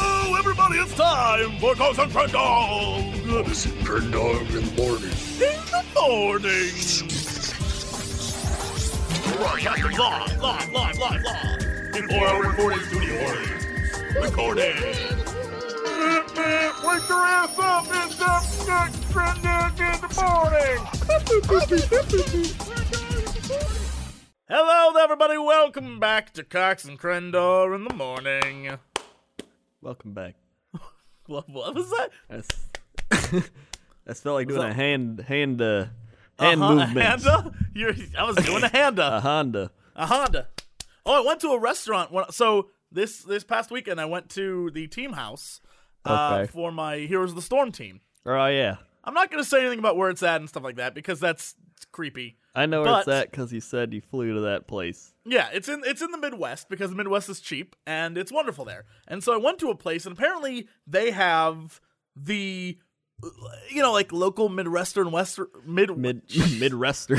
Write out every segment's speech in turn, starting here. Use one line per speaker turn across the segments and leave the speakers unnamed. Everyone, it's time for Cox and Friend Dog.
It's Red Dog in the morning.
In the morning. Live, live, live, live, live. Before our recording studio audience. Recording. Wake your ass up. It's the next Friend Dog in the morning. Hello, everybody. Welcome back to Cox and Crendor in the morning.
Welcome back.
What, what was that?
That's that's felt like doing a hand hand uh, hand
Uh-huh,
movement.
A Honda? You're, I was doing a
A
Honda.
Honda.
A Honda. Oh, I went to a restaurant. When, so this this past weekend, I went to the team house uh,
Okay.
for my Heroes of the Storm team.
Oh yeah,
I'm not going to say anything about where it's at and stuff like that because that's creepy.
I know where it's
But-
at because you said you flew to that place.
Yeah, it's in it's in the Midwest because the Midwest is cheap and it's wonderful there. And so I went to a place and apparently they have the you know like local Midwestern Western Mid,
Mid Midwestern.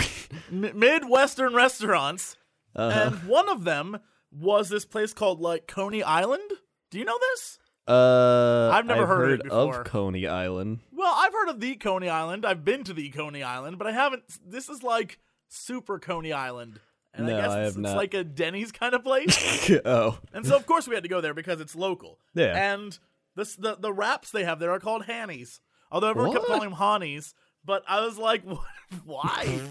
Mi- Midwestern restaurants
Uh-huh.
and one of them was this place called like Coney Island. Do you know this?
Uh,
I've never heard of it before.
of Coney Island.
Well, I've heard of the Coney Island. I've been to the Coney Island, but I haven't. This is like super Coney Island, and
No,
I guess
I
it's,
have
it's
not.
like a Denny's kind of place.
oh,
and so, of course, we had to go there because it's local.
Yeah.
And this, the the wraps they have there are called Hannies. Although everyone kept
What?
calling them Hannies, but I was like, what? why?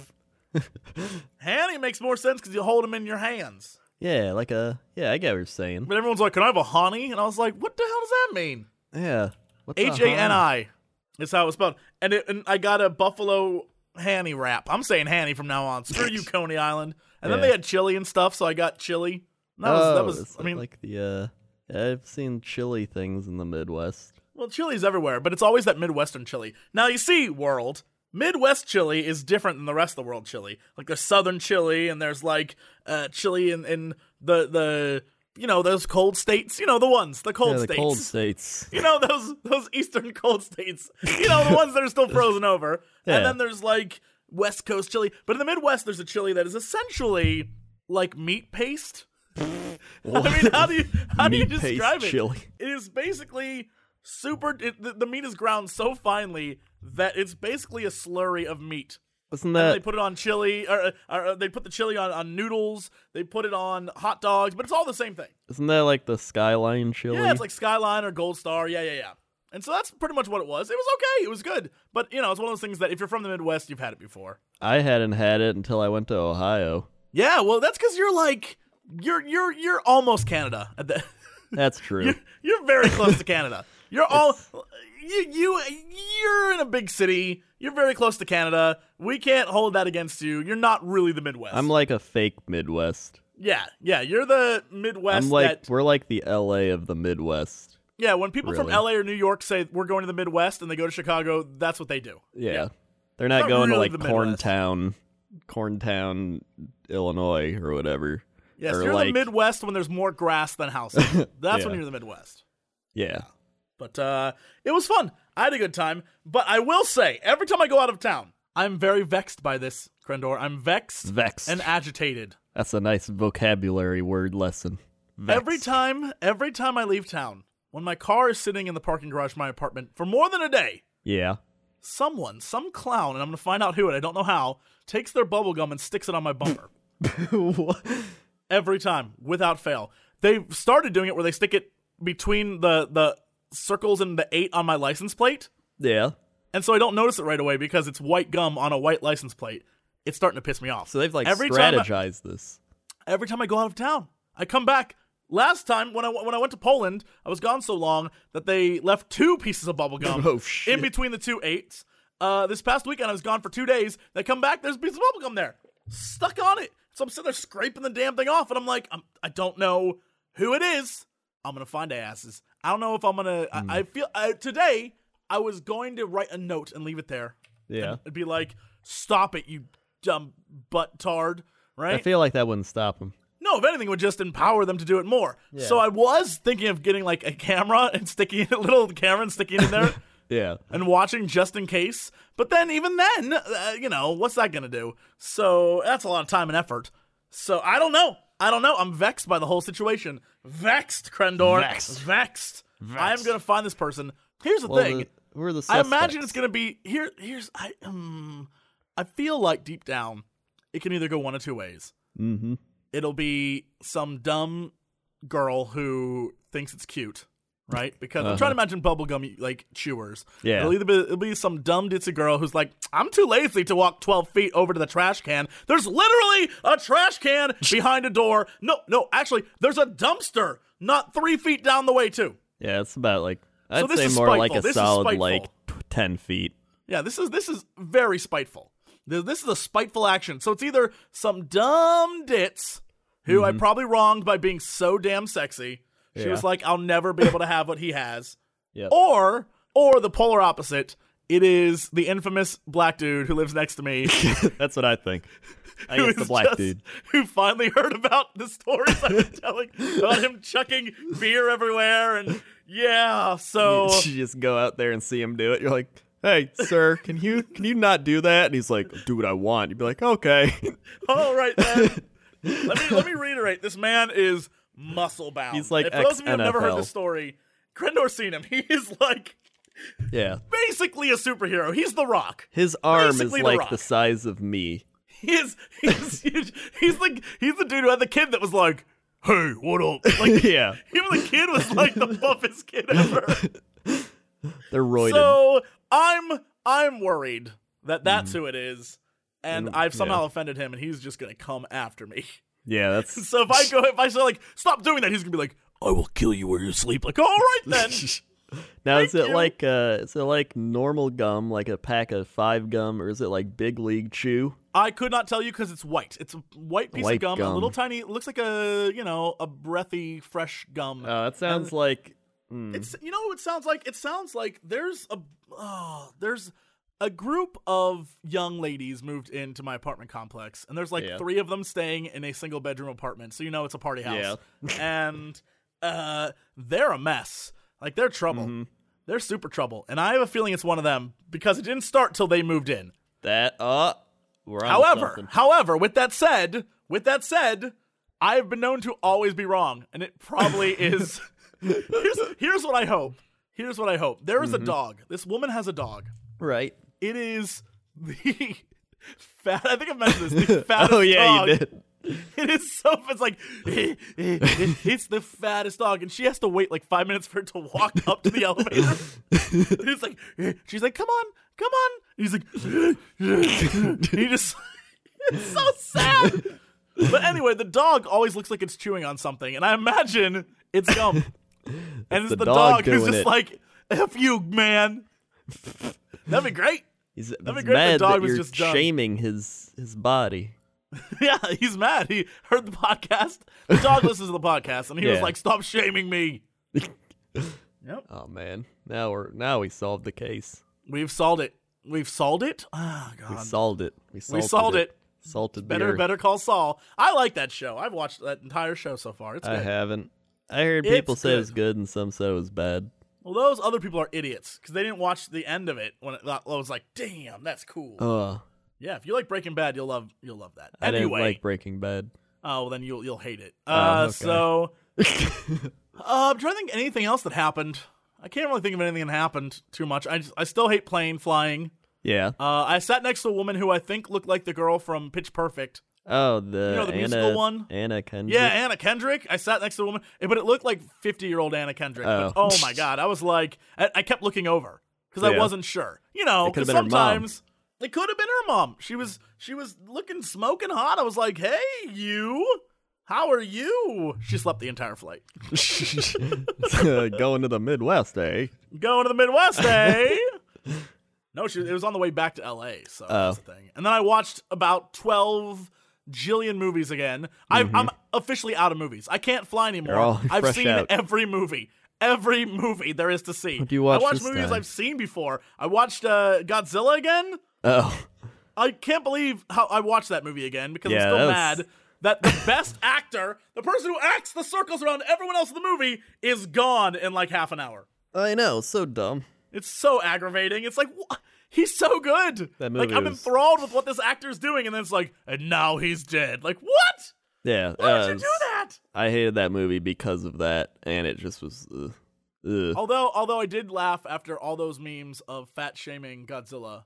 Hanny makes more sense because you hold them in your hands.
yeah, like a yeah. I get what you're saying.
But everyone's like, "Can I have a honey?" And I was like, "What the hell does that mean?"
Yeah. What's a
H A N
Honda?
I
Uh-huh.
is how it's spelled. And it, and I got a buffalo hanny wrap. I'm saying hanny from now on. Screw you, Coney Island. And then
Yeah.
they had chili and stuff, so I got chili. And That was
Oh,
that was.
it's
I mean,
like the uh, I've seen chili things in the Midwest.
well, chili's everywhere, but it's always that Midwestern chili. Now you see, world. Midwest chili is different than the rest of the world chili. Like there's southern chili, and there's like uh, chili in, in the the you know those cold states. You know the ones the cold
yeah, the
states.
cold states.
You know those those eastern cold states. You know the ones that are still frozen over.
Yeah.
And then there's like West Coast chili. But in the Midwest, there's a chili that is essentially like meat paste. I mean, how do you how do you
Meat paste
describe it?
chili.
It is basically super. It, the, the meat is ground so finely that it's basically a slurry of meat.
Wasn't
And
that
they put it on chili, or, or they put the chili on, on noodles. They put it on hot dogs, but it's all the same thing.
Isn't that like the skyline chili?
Yeah, it's like Skyline or Gold Star. Yeah, yeah, yeah. And so that's pretty much what it was. It was okay. It was good. But, you know, it's one of those things that if you're from the Midwest, you've had it before.
I hadn't had it until I went to Ohio.
Yeah, well, that's cuz you're like you're you're you're almost Canada. at the-
That's true.
you're, you're very close to Canada. You're all you you you're in a big city. You're very close to Canada. We can't hold that against you. You're not really the Midwest.
I'm like a fake Midwest.
yeah, yeah, you're the Midwest
I'm like
that
we're like the LA of the Midwest.
Yeah, when people from
Really?
LA or New York say we're going to the Midwest and they go to Chicago, that's what they do.
Yeah. They're not,
Not
going
really
to
the
like Corn
Midwest.
Town, Corn Town, Illinois or whatever.
Yes,
Or
you're
like-
the Midwest when there's more grass than houses. That's when
Yeah.
you're the Midwest.
Yeah.
But uh, it was fun. I had a good time. But I will say, every time I go out of town, I'm very vexed by this, Krendor. I'm vexed
Vexed.
and agitated.
That's a nice vocabulary word lesson. Vexed.
Every time, every time I leave town, when my car is sitting in the parking garage of my apartment for more than a day,
Yeah.
someone, some clown, and I'm going to find out who, and I don't know how, takes their bubble gum and sticks it on my bumper. every time without fail. They started doing it where they stick it between the the circles and the eight on my license plate,
yeah.
and so I don't notice it right away because it's white gum on a white license plate. It's starting to piss me off.
So they've like
every time I,
strategized this.
every time I go out of town, I come back. Last time when I w- when I went to Poland, I was gone so long that they left two pieces of bubble gum
Oh, shit.
Um, in between the two eights. Uh, this past weekend, I was gone for two days. They come back, there's a piece of bubble gum there, stuck on it. So I'm sitting there scraping the damn thing off, and I'm like, I'm, I don't know who it is. I'm gonna find asses. I don't know if I'm gonna.
Hmm.
I, I feel I, today I was going to write a note and leave it there.
Yeah.
It'd be like, stop it, you dumb butt tard. Right?
I feel like that wouldn't stop him.
No, if anything, it would just empower them to do it more. So I was thinking of getting like a camera and sticking it- a little camera and sticking it in there
Yeah.
and watching just in case. But then, even then, uh, you know, what's that going to do? So that's a lot of time and effort. So I don't know. I don't know. I'm vexed by the whole situation. Vexed, Krendor.
Vexed.
Vexed. I am
Vexed.
going to find this person. Here's the
Well,
thing.
the- we're the
I
suspects.
imagine it's going to be here. Here's I. Um, I feel like deep down, it can either go one of two ways.
Mm-hmm.
It'll be some dumb girl who thinks it's cute, right? Because I'm trying to imagine bubblegum like chewers.
Yeah.
It'll either be, it'll be some dumb ditzy girl who's like, I'm too lazy to walk 12 feet over to the trash can. There's literally a trash can behind a door. No, no, actually, there's a dumpster not three feet down the way too.
Yeah, it's about like I'd
this
say
is
more like
spiteful.
a
This is
solid
spiteful.
like t- ten feet.
Yeah, this is this is very spiteful. Th- This is a spiteful action. So it's either some dumb ditz who I probably wronged by being so damn sexy. She was
Mm-hmm. Yeah.
like, "I'll never be able to have what he has,"
Yep.
Oh. or or the polar opposite. It is the infamous black dude who lives next to me,
That's what I think. I
who
guess the
is
black
just-
dude.
who finally heard about the stories I was telling about him chucking beer everywhere, and yeah, so
You just go out there and see him do it. You're like, hey, sir, can you can you not do that? And he's like, do what I want. You'd be like, okay.
All right then. let me let me reiterate. This man is muscle bound.
He's like
And for those of you who've never heard
ex-NFL.
the story, Grendor's seen him. He is like
yeah.
basically a superhero. He's the Rock.
His arm
Basically
is
The
like
Rock.
the size of me.
He is. He's he's, he's the he's the dude who had the kid that was like, "Hey, what up?" Like
yeah.
him, the kid was like the buffest kid ever.
They're roided.
So I'm I'm worried that that's
Mm-hmm.
who it is, and I've somehow offended him, and he's just gonna come after me.
yeah, that's
So if I go, if I say like, stop doing that, he's gonna be like, I will kill you where you sleep. Like, all right then.
now is
thank
it
you.
like uh is it like normal gum, like a pack of five gum, or is it like big league chew?
I could not tell you because it's white. It's a white piece of
White
gum, a
gum.
little tiny. It looks like a you know a breathy, fresh gum.
Oh, that sounds like mm,
it's you know what it sounds like. It sounds like there's a oh, there's a group of young ladies moved into my apartment complex, and there's like
Yeah.
three of them staying in a single bedroom apartment. So you know it's a party house, and uh, they're a mess. Like they're trouble. They're super trouble, and I have a feeling it's one of them because it didn't start till they moved in.
that uh we're on to
However,
something.
however, with that said, with that said, I have been known to always be wrong, and it probably is. Here's, here's what I hope. Here's what I hope. There is a
Mm-hmm.
dog. This woman has a dog.
right.
It is the fat. I think I mentioned this. The fattest
oh yeah,
dog.
you did.
It is so. It's like it's the fattest dog, and she has to wait like five minutes for it to walk up to the elevator. And it's like she's like, "Come on, come on." And he's like, and he just. It's so sad. But anyway, the dog always looks like it's chewing on something, and I imagine it's gum. and it's
the
the, dog,
dog
who's
doing
just
it.
like, "F you, man." That'd be great.
He's, he's
great if the
mad
dog
that
was
you're
just dumb.
shaming his his body.
Yeah, he's mad. He heard the podcast. The dog listens to the podcast, and he was
Yeah.
like, "Stop shaming me."
Oh man, now we're now we solved the case.
We've solved it. We've solved it. Ah,
We
God.
solved it. We salted
solved
it.
it.
Salted the
better,
earth.
better call Saul. I like that show. I've watched that entire show so far. It's
I
good.
haven't. I heard
It's
people say it was good and some said it was bad.
well, those other people are idiots because they didn't watch the end of it when it, I was like, "Damn, that's cool."
Ugh.
yeah, if you like Breaking Bad, you'll love you'll love that.
Oh. I
anyway,
didn't like Breaking Bad.
oh well, then you'll you'll hate it. Uh,
okay.
so uh, I'm trying to think of anything else that happened. I can't really think of anything that happened too much. I just, I still hate plane flying.
yeah.
Uh, I sat next to a woman who I think looked like the girl from Pitch Perfect.
Oh, the,
know the
Anna,
musical one?
Anna Kendrick.
Yeah, Anna Kendrick. I sat next to a woman, eh, but it looked like 50 year old Anna Kendrick. But,
Oh.
oh my God. I was like, I, I kept looking over because I
Yeah.
wasn't sure. You know,
It could've
'cause
been her mom.
sometimes it could have been her mom. She was she was looking smoking hot. I was like, hey, you, how are you? She slept the entire flight.
Going to the Midwest, eh?
Going to the Midwest, eh? no, she, it was on the way back to LA, so
Oh.
that's the thing. And then I watched about 12 jillion movies again. I, I'm officially out of movies. I can't fly anymore.
Mm-hmm. They're all
I've
fresh
seen
out.
every movie. Every movie there is to see.
do you watch
I watched
this
movies
time?
I've seen before. I watched uh, Godzilla again.
Oh,
I can't believe how I watched that movie again because I'm
Yeah,
still
that was-
mad that the best actor, the person who acts the circles around everyone else in the movie, is gone in like half an hour.
I know. So dumb.
It's so aggravating. It's like wha- he's so good. like
That movie
I'm
was-
enthralled with what this actor's doing, and then it's like, and now he's dead. Like what?
Yeah.
Why
uh,
did you do that?
I hated that movie because of that, and it just was. Ugh. Ugh.
Although, although I did laugh after all those memes of fat shaming Godzilla.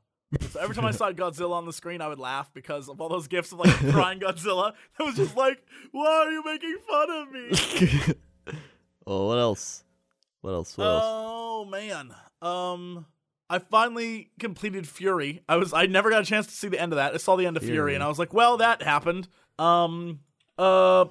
So every time I saw Godzilla on the screen, I would laugh because of all those gifs of like crying Godzilla. That was just like, why are you making fun of me?
well, what else? What else? What else?
oh man, um, I finally completed Fury. I was I never got a chance to see the end of that. I saw the end of Fury,
Fury.
and I was like, well, that happened. Um, uh,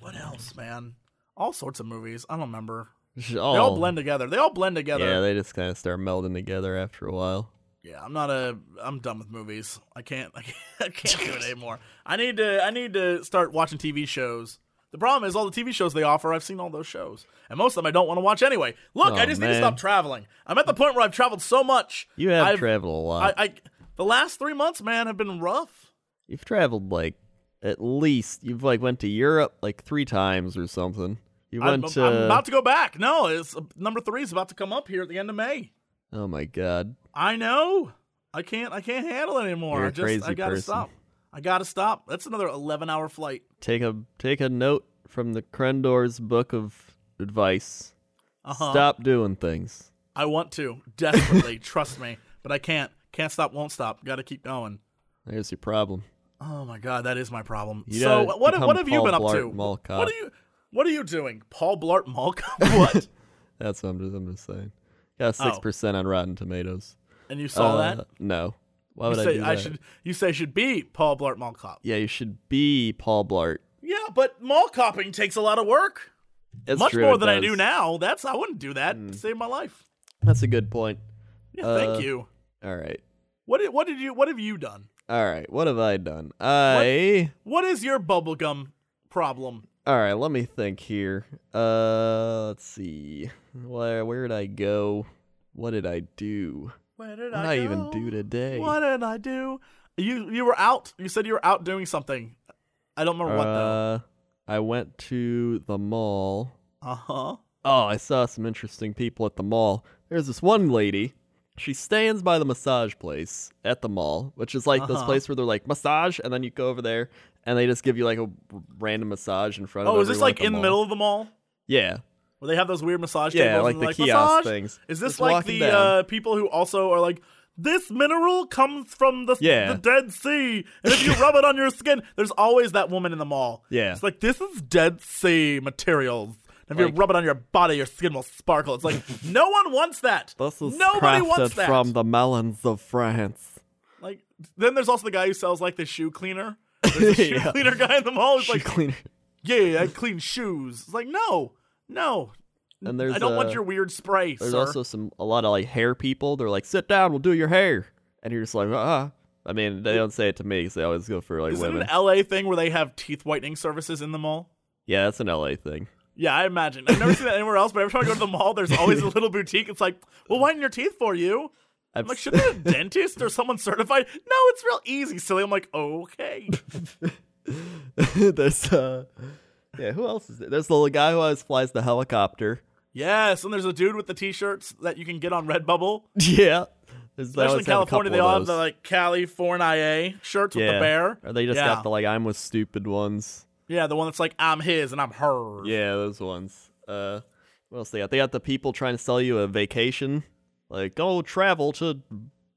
what else, man? All sorts of movies. I don't remember. They
Oh.
all blend together. They all blend together.
Yeah, they just kind of start melding together after a while.
Yeah, I'm not a. I'm done with movies. I can't. I can't, I can't do it anymore. I need to. I need to start watching TV shows. The problem is all the TV shows they offer. I've seen all those shows, and most of them I don't want to watch anyway. Look, I
Oh,
just need to
man.
stop traveling. I'm at the point where I've traveled so much.
You have
I've-
traveled a lot.
I, I. The last three months, man, have been rough.
You've traveled like at least you've like went to Europe like three times or something. You
I'm,
went to
I'm about to go back. No, it's number three is about to come up here at the end of May.
oh my god,
I know. I can't. I can't handle it anymore.
You're
I
a
just. I
crazy
gotta
person.
stop. I gotta stop. That's another 11 hour flight.
take a take a note from the Crendor's book of advice.
Uh-huh.
Stop doing things.
I want to desperately, trust me, but I can't. Can't stop, won't stop. Got to keep going.
There's your problem.
Oh my god, that is my problem.
You
so
gotta
what what
become
have you
Paul
been up
Blart
to?
Mall Cop.
What are you What are you doing, Paul Blart Mall Cop? What?
That's what I'm just, I'm just saying. Got
Oh.
six percent on Rotten Tomatoes.
and you saw
Uh,
that?
No. Why
You
would I
say
do that?
should. You say I should be Paul Blart Mall Cop.
Yeah, you should be Paul Blart.
Yeah, but mall copping takes a lot of work.
It's
Much
true,
more
it
than I do
does.
now. That's I wouldn't do that. to Save my life.
That's a good point.
Yeah,
Uh,
thank you.
All right.
What did, What did you What have you done?
All right. What have I done? I.
What is your bubblegum problem?
All right. Let me think here. Uh, let's see. Where where did I go? What did I do?
Where did
What did
I,
I, even
go?
do today?
What did I do? You you were out. You said you were out doing something. I don't remember what though.
Uh, I went to the mall.
Uh huh.
Oh, I saw some interesting people at the mall. There's this one lady. She stands by the massage place at the mall, which is like this
Uh-huh.
place where they're like massage, and then you go over there, and they just give you like a r- random massage in front of.
Oh, is this
everyone at
like in the
mall.
middle of the mall
Yeah,
where they have those weird massage
yeah,
tables?
like
and
the
they're like
kiosk
massage?
things.
Is this
Just
like
walking
the
down.
uh, people who also are like? This mineral comes from the,
Yeah.
the Dead Sea, and if you rub it on your skin, there's always that woman in the mall.
Yeah.
it's like this is Dead Sea materials. And if
Like-
you rub it on your body, your skin will sparkle. It's like no one wants that.
This is
Nobody
crafted
wants that.
from the melons of France.
Like then there's also the guy who sells like the shoe cleaner. There's a shoe
Yeah.
cleaner guy in the mall who's
Shoe
like,
cleaner.
"Yeah, I clean shoes." It's like, "No, no,
And there's
I don't want
uh,
your weird spray,
There's
sir."
also some a lot of like hair people. They're like, sit down, we'll do your hair, and you're just like, ah. I mean, they don't say it to me because they always go for like
Is it an
women.
LA thing where they have teeth whitening services in the mall?
yeah, that's an LA thing.
Yeah, I imagine. I've never seen that anywhere else, but every time I go to the mall, there's always a little boutique. It's like, "We'll whiten your teeth for you." I'm
I've
like,
s-
should not be a dentist or someone certified? No, it's real easy, silly. I'm like, okay.
there's uh yeah who else is there there's the little guy who always flies the helicopter
yes, and there's a dude with the t-shirts that you can get on Redbubble.
yeah there's,
Especially
they
in
always have a
California, they
couple of
all have the
those.
like California shirts with the
Yeah.
bear.
or they just
yeah.
got the like i'm with stupid ones
yeah, the one that's like I'm his and I'm her.
yeah those ones uh what else they got they got the people trying to sell you a vacation like go travel to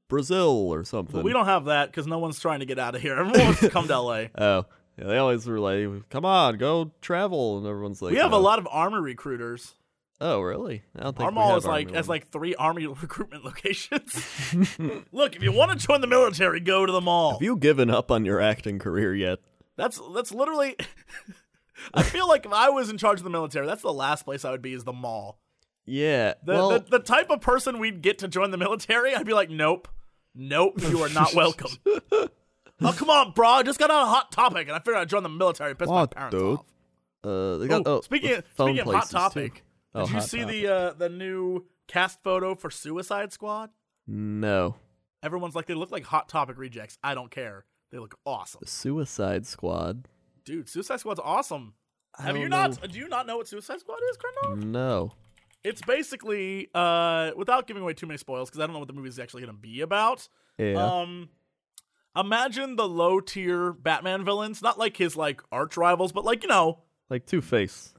brazil or something
But we don't have that because no one's trying to get out of here. Everyone wants to come to LA.
oh yeah, they always were like come on go travel and everyone's like
We have a
"No."
lot of army recruiters.
oh really i don't think
Our
we
mall
have
is like
army
has
women.
like three army recruitment locations. Look, if you want to join the military, go to the mall.
have you given up on your acting career yet
That's that's literally. I feel like if I was in charge of the military, that's the last place I would be is the mall.
yeah
The,
well,
the, the type of person we'd get to join the military, I'd be like, nope, nope, you are not welcome. oh, come on, bro. I just got on a hot topic and I figured I'd join the military. Piss my
What,
parents
dude?
off.
Uh, they
Oh,
got, oh,
speaking
the
of,
phone
speaking of hot
places, too.
topic,
Oh,
did you
Hot
see
Topic.
the uh, the new cast photo for Suicide Squad?
No,
Everyone's like, they look like hot topic rejects. I don't care. They look awesome,
the Suicide Squad.
dude. Suicide Squad's awesome.
I
Have you
don't Mm.
not? Do you not know what Suicide Squad is, Crendor?
No.
It's basically, uh, without giving away too many spoils, because I don't know what the movie's actually going to be about.
Yeah.
Um, Imagine the low tier Batman villains, not like his like arch rivals, but like you know
Like Two Face.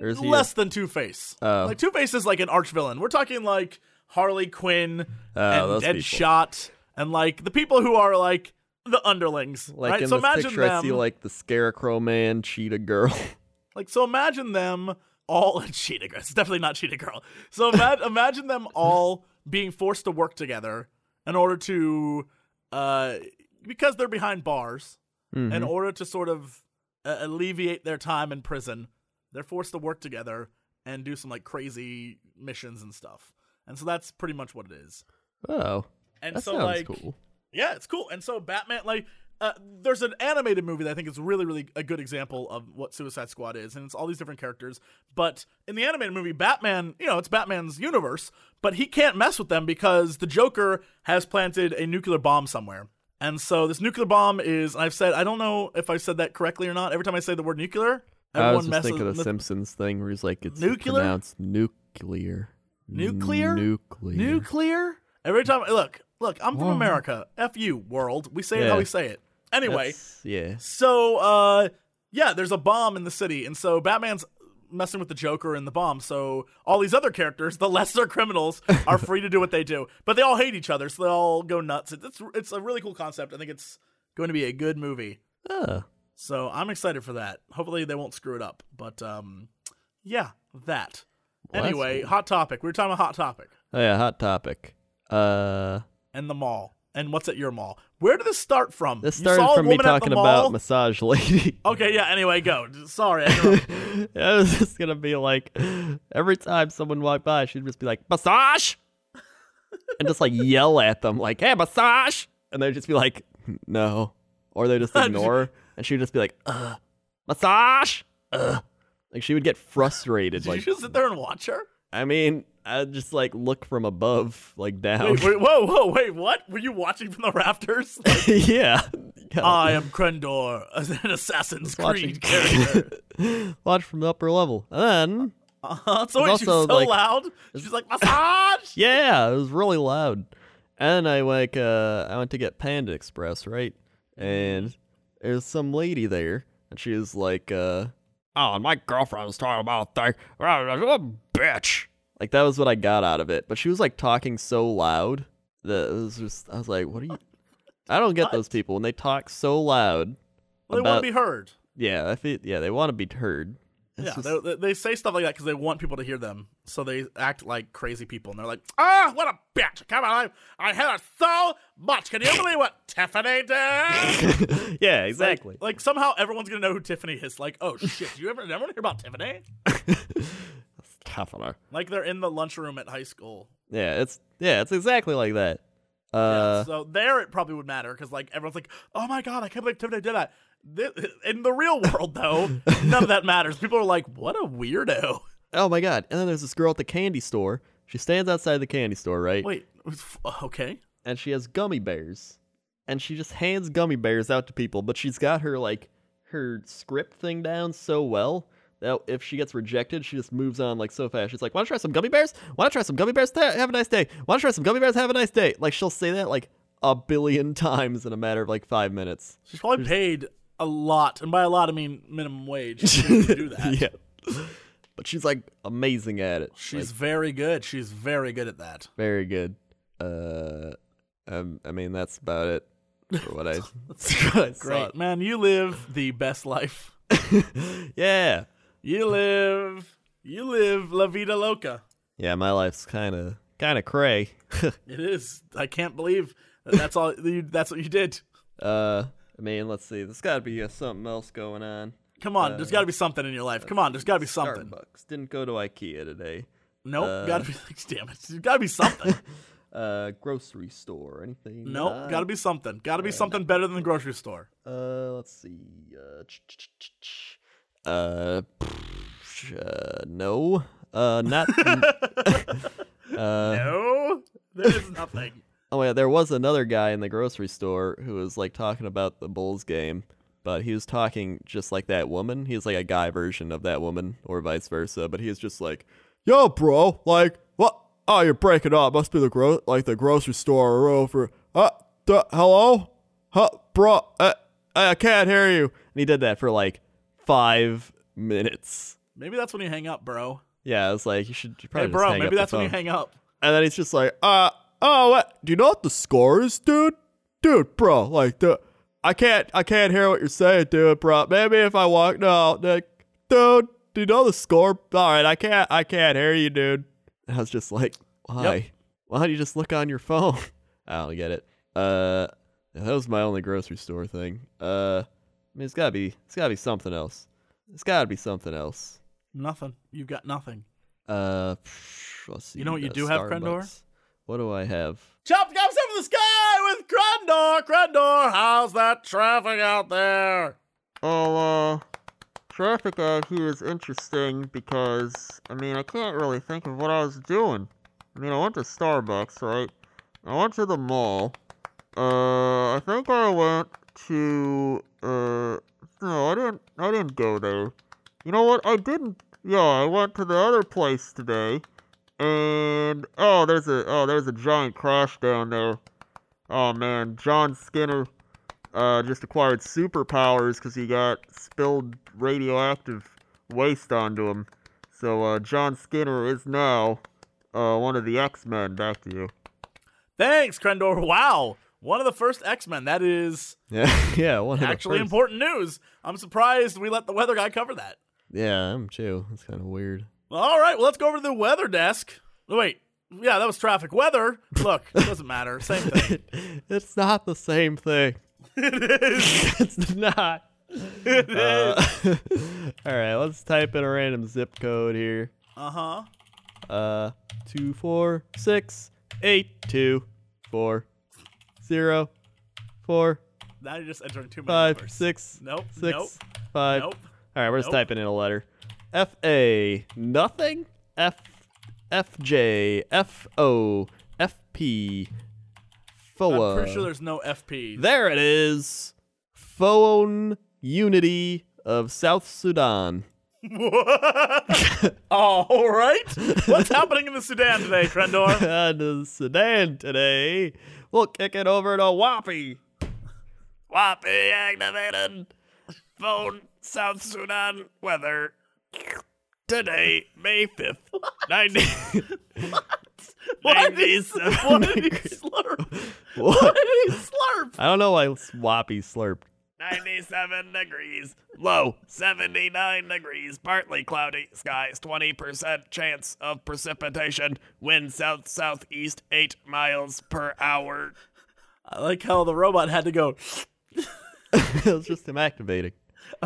There's
less than Two Face.
Oh.
Like Two Face is like an arch villain. We're talking like Harley Quinn
Oh, those
and
people.
Deadshot, and like the people who are like the underlings,
Like
right?
in
so
this
imagine
picture,
them.
I see like the Scarecrow Man, Cheetah Girl.
Like so, imagine them all. Cheetah girl. It's definitely not cheetah girl. So ima- imagine them all being forced to work together in order to, uh, because they're behind bars.
Mm-hmm.
In order to sort of uh, alleviate their time in prison, they're forced to work together and do some like crazy missions and stuff. And so that's pretty much what it is.
oh,
And
that
so
sounds
like,
cool.
yeah, it's cool. And so Batman, like, uh, there's an animated movie that I think is really, really a good example of what Suicide Squad is, and it's all these different characters. But in the animated movie, Batman, you know, it's Batman's universe, but he can't mess with them because the Joker has planted a nuclear bomb somewhere. And so this nuclear bomb is, and I've said, I don't know if I said that correctly or not. Every time I say the word nuclear,
I
everyone
was just
messes
thinking of the
with-
Simpsons thing where he's like, it's
Nuclear?
pronounced nuclear.
Nuclear?
Nuclear.
Nuclear? Every time, look, look, I'm from
Whoa.
America. F you, world. We say it how
Yeah.
we say it. Anyway,
That's- yeah.
So, uh, yeah, there's a bomb in the city, and so Batman's messing with the Joker and the bomb. So all these other characters, the lesser criminals, are free to do what they do, but they all hate each other, so they all go nuts. It's it's a really cool concept. I think it's going to be a good movie.
Ah,
So I'm excited for that. Hopefully they won't screw it up, but um, yeah, that.
Well, that's
anyway,
cool.
hot topic. We were talking about hot topic
oh, yeah, hot topic. Uh,
and the mall. And what's at your mall? Where did this start from?
this
You
started
saw a
from me
woman at the
talking
mall?
about massage lady.
Okay, yeah. Anyway, go. Sorry, I interrupted.
I was just gonna be like, every time someone walked by, she'd just be like, massage, and just like yell at them, like, hey, massage, and they'd just be like, no, or they would just ignore, her, and she'd just be like, uh, massage, uh, like she would get frustrated.
did
Like,
you just sit there and watch her?
I mean, I'd just like look from above, like down.
Wait, wait, whoa, whoa, wait, what? Were you watching from the rafters? Like,
yeah, Yeah,
I am Krendor, an Assassin's
watching-
Creed character.
watch from the upper level, and then
Uh, so wait,
It's
she's so
also, like-
loud. She's like, massage!
Yeah, it was really loud. And I like uh I went to get Panda Express, right? And there's some lady there, and she was like, uh Oh, and my girlfriend was talking about thing bitch. Like that was what I got out of it. But she was like talking so loud that it was just I was like, What are you I don't get those people when they talk so loud.
Well, they want
about-
to be heard.
Yeah, I feel yeah, they want to be heard. It's
Yeah,
just-
they- they, they say stuff like that because they want people to hear them. So they act like crazy people, and they're like, "Ah, what a bitch! Come on, I, I hate her so much. Can you believe what Tiffany did?"
yeah, exactly.
Like, somehow everyone's gonna know who Tiffany is. Like, oh shit, do you ever everyone hear about Tiffany?
Tough on her.
Like they're in the lunchroom at high school,
Yeah, it's yeah, it's exactly like that.
Yeah,
Uh
so there it probably would matter because like everyone's like, oh my god, I can't believe Tiffany did that. Thi- in the real world though, none of that matters. People are like, what a weirdo.
Oh my god! And then there's this girl at the candy store. She stands outside the candy store, right?
Wait, f- okay.
And she has gummy bears, and she just hands gummy bears out to people. But she's got her like her script thing down so well that if she gets rejected, she just moves on like so fast. She's like, "Want to try some gummy bears? Want to try some gummy bears? Ta- have a nice day. Want to try some gummy bears? Have a nice day." Like she'll say that like a billion times in a matter of like five minutes.
She's probably paid a lot, and by a lot I mean minimum wage to do that.
yeah. But she's like amazing at it.
She's very good. She's very good at that.
Very good. Uh, um, I mean that's about it for what I. that's what I saw.
Great. Man, you live the best life.
Yeah,
You live you live La Vida Loca.
yeah. My life's kind of kind of cray.
It is. I can't believe that that's all you, that's what you did.
uh, I mean, let's see. There's got to be uh, something else going on.
Come on, there's got
Uh,
to be something in your life. Come on, there's got to be something.
Starbucks didn't go to IKEA today.
Nope, gotta be damn it. There's gotta be something.
Uh, grocery store, anything?
nope, gotta be something. Gotta be something better than the grocery store.
Uh, let's see. Uh, ch- ch- ch- ch- uh, psh, uh no. Uh, not. Uh.
No, there is nothing.
Oh yeah, there was another guy in the grocery store who was like talking about the Bulls game, but he was talking just like that woman. He was like a guy version of that woman, or vice versa. But he was just like, "Yo, bro, like what? Oh, you're breaking up. Must be the gro- like the grocery store or over. Uh, the- hello, huh, bro, uh, I can't hear you. And he did that for like five minutes.
Maybe that's when you hang up, bro.
Yeah, I was like, you should you
Hey,
probably just
bro,
hang up
maybe
the
that's when you
phone.
hang up.
And then he's just like, uh, oh, what? Do you know what the score is, dude? Dude, bro, like the, I can't, I can't hear what you're saying, dude, bro. Maybe if I walk, no, like, dude, do you know the score? All right, I can't, I can't hear you, dude. And I was just like, why? Why don't you just look on your phone? I don't get it. Uh, yeah, that was my only grocery store thing. Uh, I mean, it's gotta be, it's gotta be something else. It's gotta be something else.
Nothing. You've got nothing.
Uh, psh, let's see.
You know what you
uh,
do have, Krendor?
Starbucks. What do I have?
Chopped cops up in the sky with Krendor. Krendor, how's that traffic out there?
Oh, uh, traffic out here is interesting because, I mean, I can't really think of what I was doing. I mean, I went to Starbucks, right? I went to the mall. Uh, I think I went to, uh, no, I didn't, I didn't go there. You know what? I didn't, yeah, I went to the other place today. And, oh, there's a, oh, there's a giant crash down there. Oh, man, John Skinner uh, just acquired superpowers because he got spilled radioactive waste onto him. So uh, John Skinner is now uh, one of the X Men. Back to you.
Thanks, Krendor. Wow. One of the first X Men. That is
Yeah, yeah. One of the
actually
first.
important news. I'm surprised we let the weather guy cover that.
Yeah, I'm too. That's kind of weird.
All right, well, let's go over to the weather desk. Oh, Wait, yeah, that was traffic. Weather. Look, doesn't matter. Same thing.
it's not the same thing. it's not. Uh, all right, let's type in a random zip code here.
Uh huh.
Uh, two four six eight two four zero four
Now you're just entering too many
five
numbers.
six
Nope,
six
nope,
five.
Nope.
All right, we're just
Nope.
typing in a letter. F A nothing. F F J F O F P.
I'm
Foa.
pretty sure there's no FP.
there it is. Foon Unity of South Sudan.
All right. What's happening in the Sudan today, Krendor?
And the Sudan today. We'll kick it over to Wapi.
eh,
Wapi activated. Phone South Sudan weather. Today, May 5th, 90.
Why did he,
97
why did he
degrees.
slurp? Why
What?
did he slurp?
I don't know why Wappy slurped.
97 degrees. Low 79 degrees. Partly cloudy skies. 20% chance of precipitation. Wind south southeast 8 miles per hour.
I like how the robot had to go.
it was just him activating.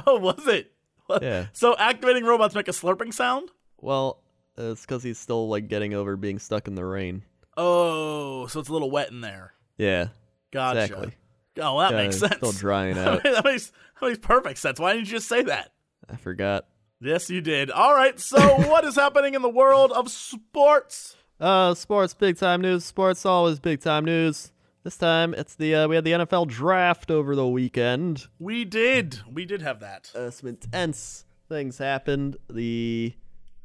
Oh, was it? What?
Yeah.
So activating robots make a slurping sound?
Well, it's because he's still like getting over being stuck in the rain.
Oh, so it's a little wet in there.
Yeah,
Gotcha.
exactly.
Oh, well, that
Yeah,
makes
it's
sense.
Still drying out.
that makes that makes perfect sense. Why didn't you just say that?
I forgot.
Yes, you did. All right. So, what is happening in the world of sports?
Uh, sports, big time news. Sports, always big time news. This time, it's the uh, we had the NFL draft over the weekend.
We did. We did have that.
Uh, some intense things happened. The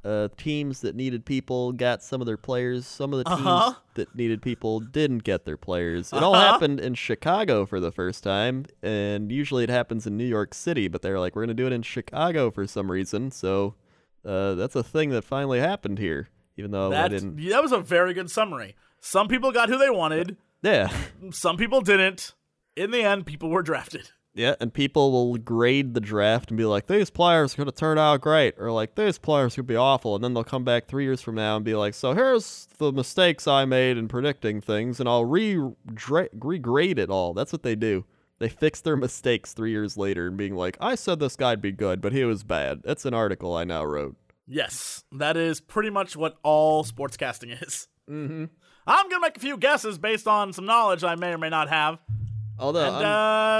uh, teams that needed people got some of their players. Some of the teams
Uh-huh.
that needed people didn't get their players. It all happened in Chicago for the first time, and usually it happens in New York City, but they're like, we're gonna do it in Chicago for some reason. So uh, that's a thing that finally happened here, even though
That
I didn't.
that was a very good summary. Some people got who they wanted.
Yeah.
Some people didn't. In the end, people were drafted.
Yeah, and people will grade the draft and be like, these players are going to turn out great, or like, these players could be awful. And then they'll come back three years from now and be like, so here's the mistakes I made in predicting things, and I'll re dra- regrade it all. That's what they do. They fix their mistakes three years later and being like, I said this guy'd be good, but he was bad. That's an article I now wrote.
Yes, that is pretty much what all sportscasting is.
Mm-hmm.
I'm gonna make a few guesses based on some knowledge I may or may not have.
Although,
And
I'm-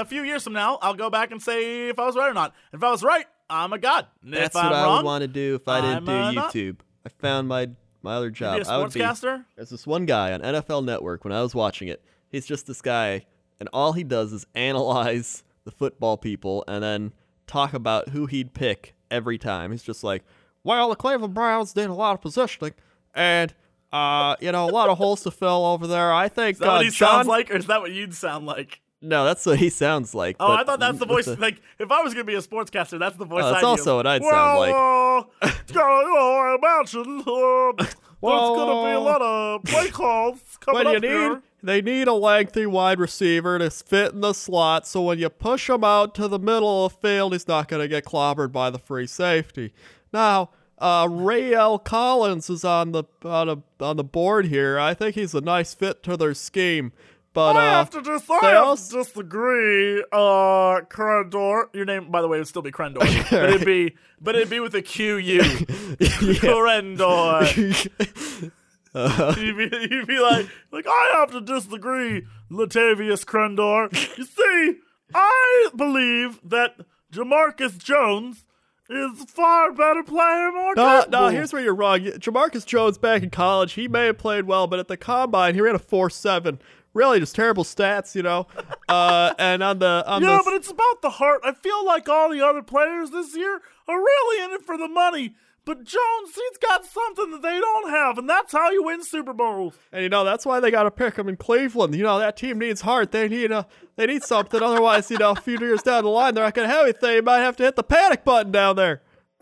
uh, a few years from now, I'll go back and say if I was right or not. If I was right, I'm a god. And
that's
if I'm
what I
wrong,
would want to do if I didn't
I'm,
do
uh, not-
YouTube. I found my, my other job.
be a
I would be
sportscaster.
There's this one guy on NFL Network when I was watching it. He's just this guy, and all he does is analyze the football people and then talk about who he'd pick every time. He's just like, well, the Cleveland Browns did a lot of positioning, and, uh, you know, a lot of holes to fill over there. I think
Is that
uh,
what he
John
sounds like, or is that what you'd sound like?
No, that's what he sounds like.
Oh, I
but
thought that's the voice.
with
like, if I was gonna be a sportscaster, that's the voice.
Oh, that's
I
also
do.
what I'd
well,
sound like.
uh, it's got a little mountain. Uh, there's gonna be a
Well,
lot of play calls coming
What you
up
need,
here.
they need a lengthy wide receiver to fit in the slot. So when you push him out to the middle of the field, he's not going to get clobbered by the free safety. Now, uh, Rael Collins is on the on, a, on the board here. I think he's a nice fit to their scheme, but
I
uh,
have to dis- I
they
have
also-
to disagree, uh, Crendor. Your name, by the way, would still be Crendor, but it'd be, but it'd be with a Q U. Crendor.
uh,
You'd be, you'd be like, like I have to disagree, Latavius Crendor. You see, I believe that Jamarcus Jones is a far better player, more
No,
capable.
no, here's where you're wrong. Jamarcus Jones back in college, he may have played well, but at the combine, he ran a 4 7. Really, just terrible stats, you know. Uh, and on the on
yeah,
the
but it's about the heart. I feel like all the other players this year are really in it for the money. But Jones, he's got something that they don't have, and that's how you win Super Bowls.
and you know that's why they got to pick him in Cleveland. You know that team needs heart. They need a they need something. Otherwise, you know, a few years down the line, they're not gonna have anything. They might have to hit the panic button down there.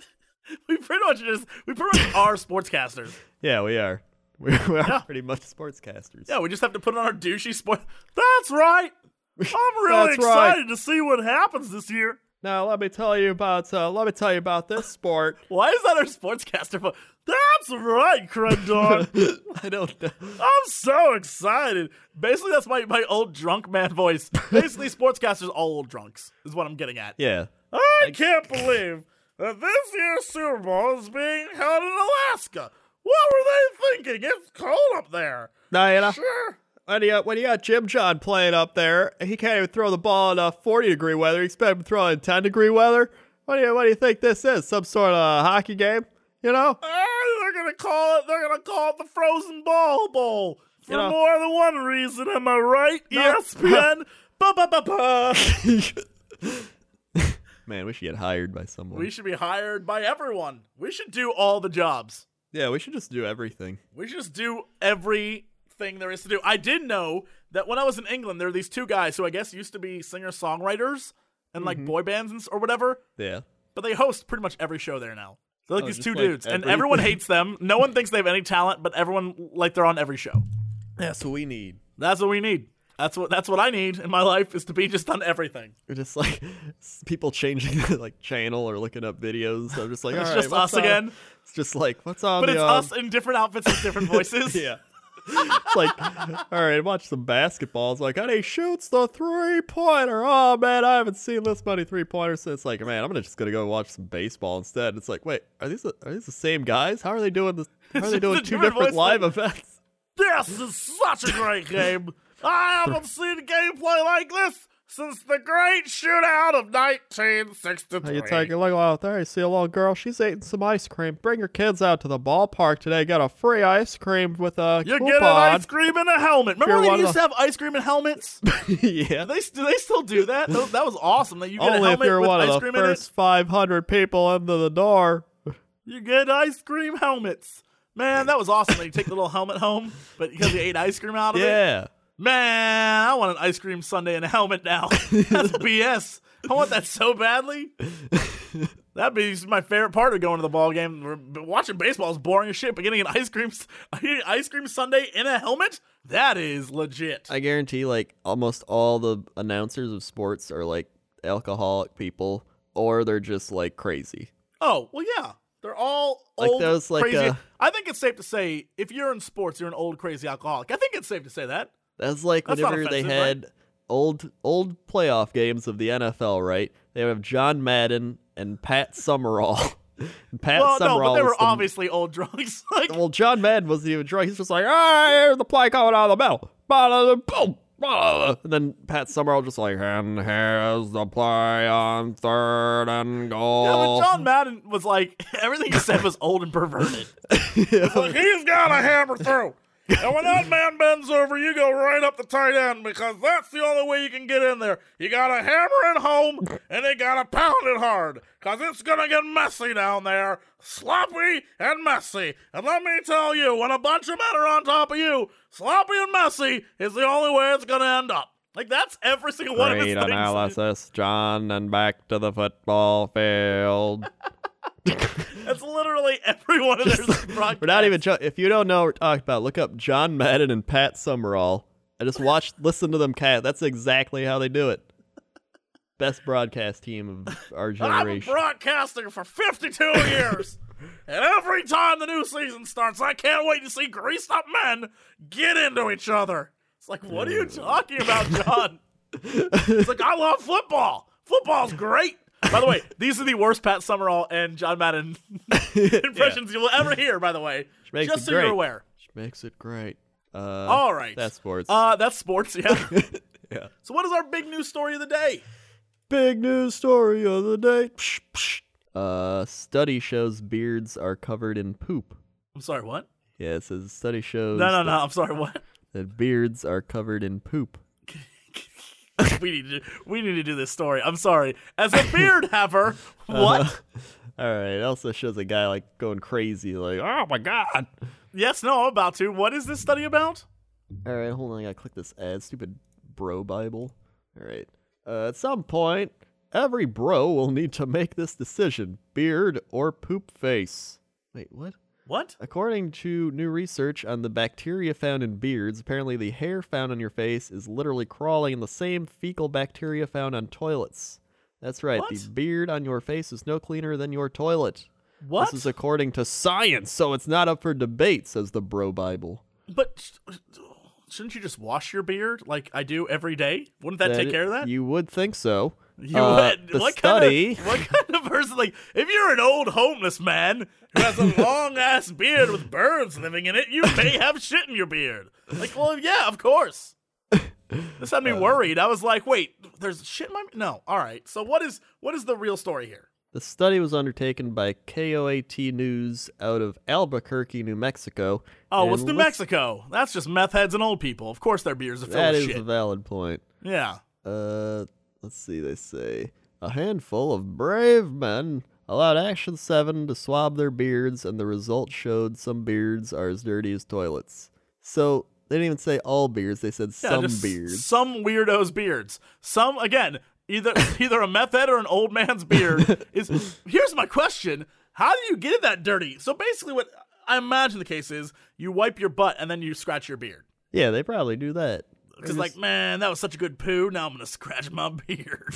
We pretty much just we pretty much are sportscasters.
Yeah, we are. We, we are
Yeah.
pretty much sportscasters.
Yeah, we just have to put on our douchey sport. That's right. I'm really
That's right.
excited to see what happens this year.
Now let me tell you about uh, let me tell you about this sport.
Why is that our sportscaster? Vo- That's right, Crendor.
I don't know.
I'm so excited. Basically, that's my, my old drunk man voice. Basically, sportscasters are all old drunks, is what I'm getting at.
Yeah.
I can't believe that this year's Super Bowl is being held in Alaska. What were they thinking? It's cold up there.
Now you know.
Sure.
When you, when you got Jim John playing up there, he can't even throw the ball in uh, 40 degree weather. You expect him to throw it in 10 degree weather? What do you what do you think this is? Some sort of hockey game? You know?
Ah, they're gonna call it. They're gonna call it the Frozen Ball Bowl for
You know-
more than one reason. Am I right? E ESPN. ba ba ba ba.
Man, we should get hired by someone.
We should be hired by everyone. We should do all the jobs.
yeah, we should just do everything.
We should just do everything there is to do. I did know that when I was in England, there were these two guys who I guess used to be singer songwriters and
Mm-hmm.
like boy bands and, s- or whatever,
Yeah.
but they host pretty much every show there now. They're like
Oh,
these
just
two
like
dudes, and everyone
everything.
hates them. No one thinks they have any talent, but everyone like they're on every show.
That's what we need.
That's what we need. That's what that's what I need in my life is to be just on everything.
We're just like s- people changing the like channel or looking up videos. I'm just like, all
It's
right,
just us
what's on-
again.
It's just like, what's on
But
the
it's
um,
us in different outfits with different voices.
Yeah. it's like, all right, watch some basketball. It's like, and he shoots the three pointer. Oh man, I haven't seen this many three pointers. So it's like, man, I'm gonna just gonna go watch some baseball instead. It's like, wait, are these the- are these the same guys? How are they doing this? How are
It's
they
just a
doing two
different
different
voice,
live
like-
events?
This is such a great game. I haven't seen a gameplay like this since the great shootout of 1963.
Are you taking a look out there? You see a little girl? She's eating some ice cream. Bring your kids out to the ballpark today. Got a free ice cream with a
You
coupon.
get an ice cream and a helmet. Remember
You're
when
one
they used
of-
to have ice cream and helmets? Do
yeah.
they, do they still do that? Tho- That was awesome that you get a
Only if
helmet
you're
with
one
ice
of the
cream in it.
first 500 people into the door.
You get ice cream helmets. Man, that was awesome that you take the little helmet home, but because you ate ice cream out of it.
Yeah.
Man, I want an ice cream sundae and a helmet now. That's BS. I want that so badly. That'd be my favorite part of going to the ball game. We're- but Watching baseball is boring as shit, but getting an ice cream getting an ice cream sundae in a helmet that is legit.
I guarantee, like almost all the announcers of sports are like alcoholic people, or they're just like crazy.
oh well, yeah, they're all
Like
old
those, like,
crazy.
uh,
I think it's safe to say if you're in sports, you're an old crazy alcoholic. I think it's safe to say that.
That's like
That's not
whenever they
offensive, right?
had old old playoff games of the NFL, right? They would have John Madden and Pat Summerall. and Pat
well, no,
Summerall
but they
was
were
the-
obviously old drunks. like,
well. John Madden wasn't even drunk. He's just like, ah, here's the play coming out of the middle. Ba-da-da, Boom. Ba-da-da." And then Pat Summerall just like, and here's the play on third and goal.
yeah, but John Madden was like everything he said was old and perverted.
Yeah.
He's got a hammer through. And when that man bends over, you go right up the tight end because that's the only way you can get in there. You got to hammer it home, and they got to pound it hard because it's going to get messy down there. Sloppy and messy. And let me tell you, when a bunch of men are on top of you, sloppy and messy is the only way it's going to end up. Like that's every single one of his
Great
things.
analysis, John, and back to the football field.
That's literally every one of their broadcasts.
We're not even. Jo- if you don't know what we're talking about, look up John Madden and Pat Summerall. I just watched, listen to them. Cat. That's exactly how they do it. Best broadcast team of our
I've been
generation.
broadcasting for 52 years, and every time the new season starts, I can't wait to see greased up men get into each other. It's like, what are you talking about, John? it's like, I love football. Football's great. By the way, these are the worst Pat Summerall and John Madden impressions you will ever hear, by the way.
makes
Just
it
so
great.
you're aware.
Which makes it great. Uh,
All right.
That's sports.
Uh, that's sports, yeah.
Yeah.
So, what is our big news story of the day?
Big news story of the day. Psh, psh. Uh, study shows beards are covered in poop.
I'm sorry, what?
Yeah, it says study shows
No, no, no. I'm sorry, what?
that beards are covered in poop.
we need to we need to do this story. I'm sorry. As a beard haver,
Uh-huh.
what?
All right. It also shows a guy like going crazy, like, oh my god.
yes, no, I'm about to. What is this study about?
All right, hold on. I gotta click this ad. Stupid bro Bible. All right. Uh, at some point, every bro will need to make this decision: beard or poop face. Wait, what?
What?
According to new research on the bacteria found in beards, apparently the hair found on your face is literally crawling in the same fecal bacteria found on toilets. That's right. The
What?
beard on your face is no cleaner than your toilet.
What?
This is according to science, so it's not up for debate, says the bro Bible.
but sh- shouldn't you just wash your beard like I do every day? Wouldn't that, take
it-
care of that?
You would think so.
You
Uh,
would-
The
what
study.
kind of what kind of person like if you're an old homeless man who has a long ass beard with birds living in it, you may have shit in your beard. Like, well, yeah, of course. This
Uh.
had me worried. I was like, wait, there's shit in my no. All right, so what is what is the real story here?
The study was undertaken by KOAT News out of Albuquerque, New Mexico.
Oh,
and
it's New
lis-
Mexico. That's just meth heads and old people. Of course, their beers are filled
That
with
is
shit.
a valid point.
yeah.
Uh, let's see. They say a handful of brave men allowed Action Seven to swab their beards, and the result showed some beards are as dirty as toilets. So they didn't even say all beards; they said
yeah
some
just
beards.
Some weirdos' beards. Some again, either either a meth head or an old man's beard is. Here's my question: How do you get it that dirty? So basically, what I imagine the case is, you wipe your butt and then you scratch your beard.
Yeah, they probably do that. They're
Because like,
just-
man, that was such a good poo. Now I'm gonna scratch my beard.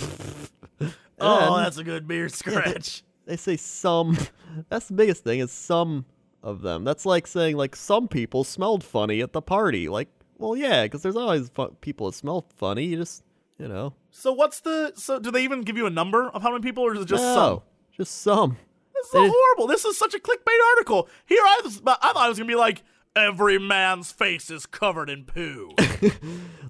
oh,
And-
that's a good beard scratch.
they say some. That's the biggest thing is some of them. That's like saying like some people smelled funny at the party. Like, well, yeah, because there's always fu- people that smell funny. You just, you know,
So what's the? So do they even give you a number of how many people, or is it just
no,
some?
just some.
This is so
It-
horrible. This is such a clickbait article. Here, I, was, I thought I was gonna be like, every man's face is covered in poo.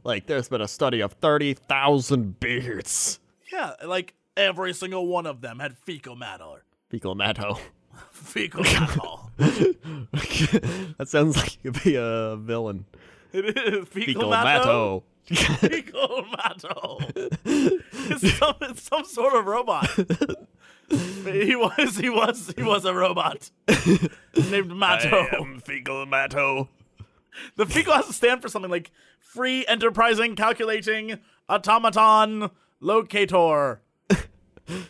Like, there's been a study of thirty thousand beards.
yeah, like every single one of them had fecal matter.
Fecal matter.
Fecal matter.
that sounds like you could be a villain.
it is fecal
Fecal
matter.
matter.
Fecal matter. it's, some, it's some sort of robot. he was. He was. He was a robot named Mato.
I am fecal matto.
The fecal has to stand for something like free enterprising calculating automaton locator.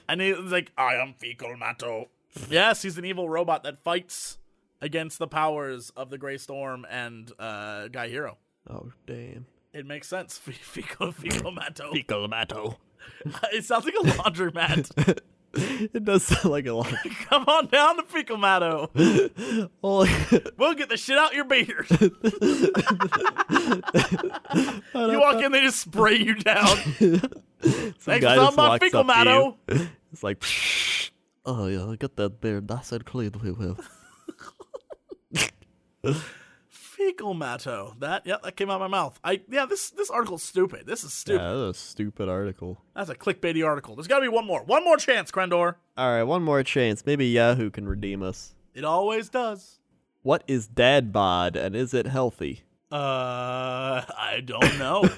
and he's like, I am fecal mato. Yes, he's an evil robot that fights against the powers of the Grey Storm and uh, Guy Hero.
Oh damn.
It makes sense. Fe- Fecal, fecal mato.
Fecal matter.
it sounds like a laundromat.
It does sound like a lot.
Come on down to fecal mato.
Holy-
We'll get the shit out your beard. you walk in, they just spray you down.
Some
Thanks for
guy just
talking about
walks
fecal
up to you.
matter.
It's like, "Psh, oh yeah, get that beard nice and clean, we will.
Fecal matter. That yeah, that came out of my mouth. I yeah, this this article's stupid. This is stupid.
Yeah, that's a stupid article.
That's a clickbaity article. There's got to be one more. One more chance, Krendor.
All right, one more chance. Maybe Yahoo can redeem us.
It always does.
What is dad bod, and is it healthy?
Uh, I don't know.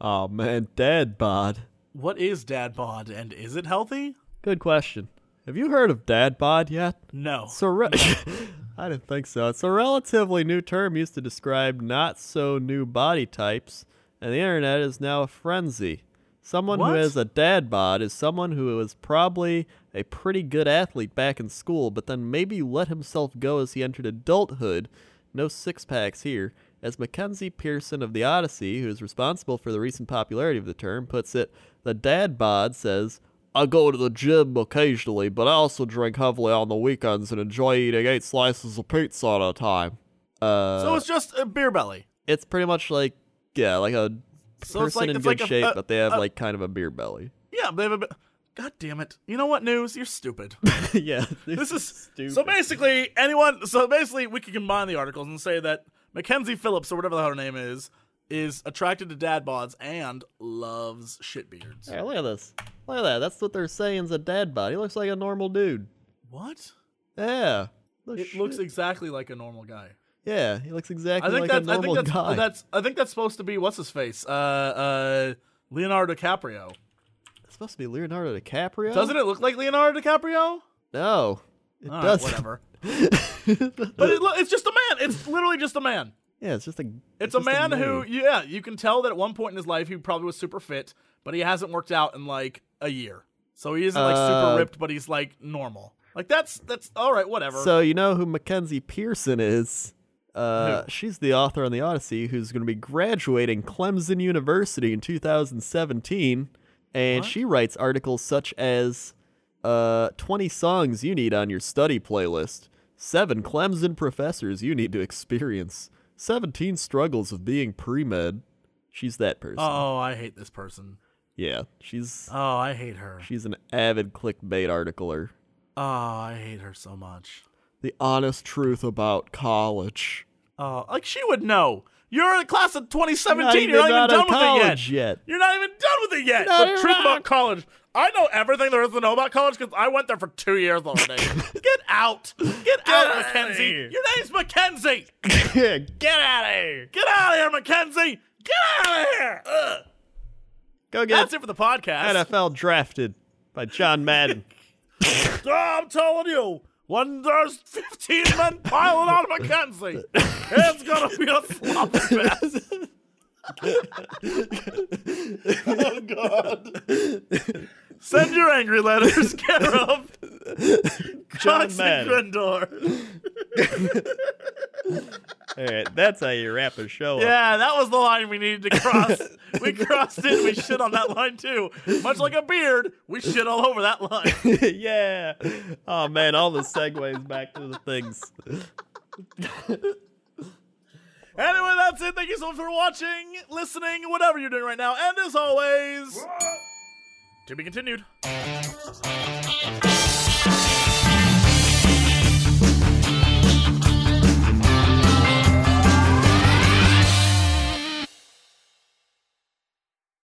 Oh man, dad bod.
what is dad bod and is it healthy?
Good question. Have you heard of dad bod yet?
No.
It's a re- I didn't think so. It's a relatively new term used to describe not so new body types and the internet is now a frenzy. Someone who
What?
has a dad bod is someone who was probably a pretty good athlete back in school, but then maybe let himself go as he entered adulthood. No six packs here. As Mackenzie Pearson of The Odyssey, who is responsible for the recent popularity of the term, puts it, the dad bod says, I go to the gym occasionally, but I also drink heavily on the weekends and enjoy eating eight slices of pizza at a time. Uh,
So it's just a beer belly.
it's pretty much like yeah, like a
So it's
person
like-
in
it's like
good
a-
shape,
a-
but they have
a-
like kind of a beer belly.
Yeah, they have a. bit- God damn it! You know what, news? You're stupid.
yeah,
this is so basically anyone. So basically, we could combine the articles and say that Mackenzie Phillips or whatever the hell her name is is attracted to dad bods and loves shitbeards.
Hey, look at this. Look at that. That's what they're saying's a dad bod. He looks like a normal dude.
What?
Yeah. No
It
shit.
looks exactly like a normal guy.
yeah, he looks
I
exactly
think
like
that's.
a
I
normal
think that's.
guy.
That's. I think that's supposed to be what's his face. Uh. Uh. Leonardo DiCaprio.
It's supposed to be Leonardo DiCaprio.
Doesn't it look like Leonardo DiCaprio?
No, it
All right,
does.
whatever. But it, lo- it's just a man. It's literally just a man.
yeah, it's just a.
It's a
just
man who, yeah, you can tell that at one point in his life he probably was super fit, but he hasn't worked out in like a year. So he isn't like
Uh,
super ripped, but he's like normal. Like that's that's all right, whatever.
So you know who Mackenzie Pearson is? Uh, she's the author on the Odyssey who's going to be graduating Clemson University in 2017, and she writes articles such as uh, 20 songs you need on your study playlist, seven Clemson professors you need to experience, 17 struggles of being pre-med. She's that person.
oh, I hate this person.
yeah, she's
Oh, I hate her.
she's an avid clickbait articler.
Oh, I hate her so much.
The honest truth about college.
Oh, like she would know. You're in the class of 2017.
You're
You're not even
out
done
of
with it
college
yet.
yet.
You're not even done with it yet.
You're not
the
even
truth
out.
about college. I know everything there is to know about college because I went there for two years already. Get out. Get, out, Mackenzie.
here.
Your name's Mackenzie.
Get out of here!
Get out of here, Mackenzie. Get out of here. Ugh.
Go get
That's it for the podcast.
NFL drafted by John Madden.
Oh, I'm telling you, when there's 15 men piling on Mackenzie, it's going to be a sloppy mess. oh, God. Send your angry letters, care of Cox and
Madden.
Grindor.
All right, that's how you wrap a show up.
Yeah, that was the line we needed to cross. we crossed it. We shit on that line, too. Much like a beard, we shit all over that line.
yeah. Oh man, all the segues back to the things.
Anyway, that's it. Thank you so much for watching, listening, whatever you're doing right now. And as always, to be continued.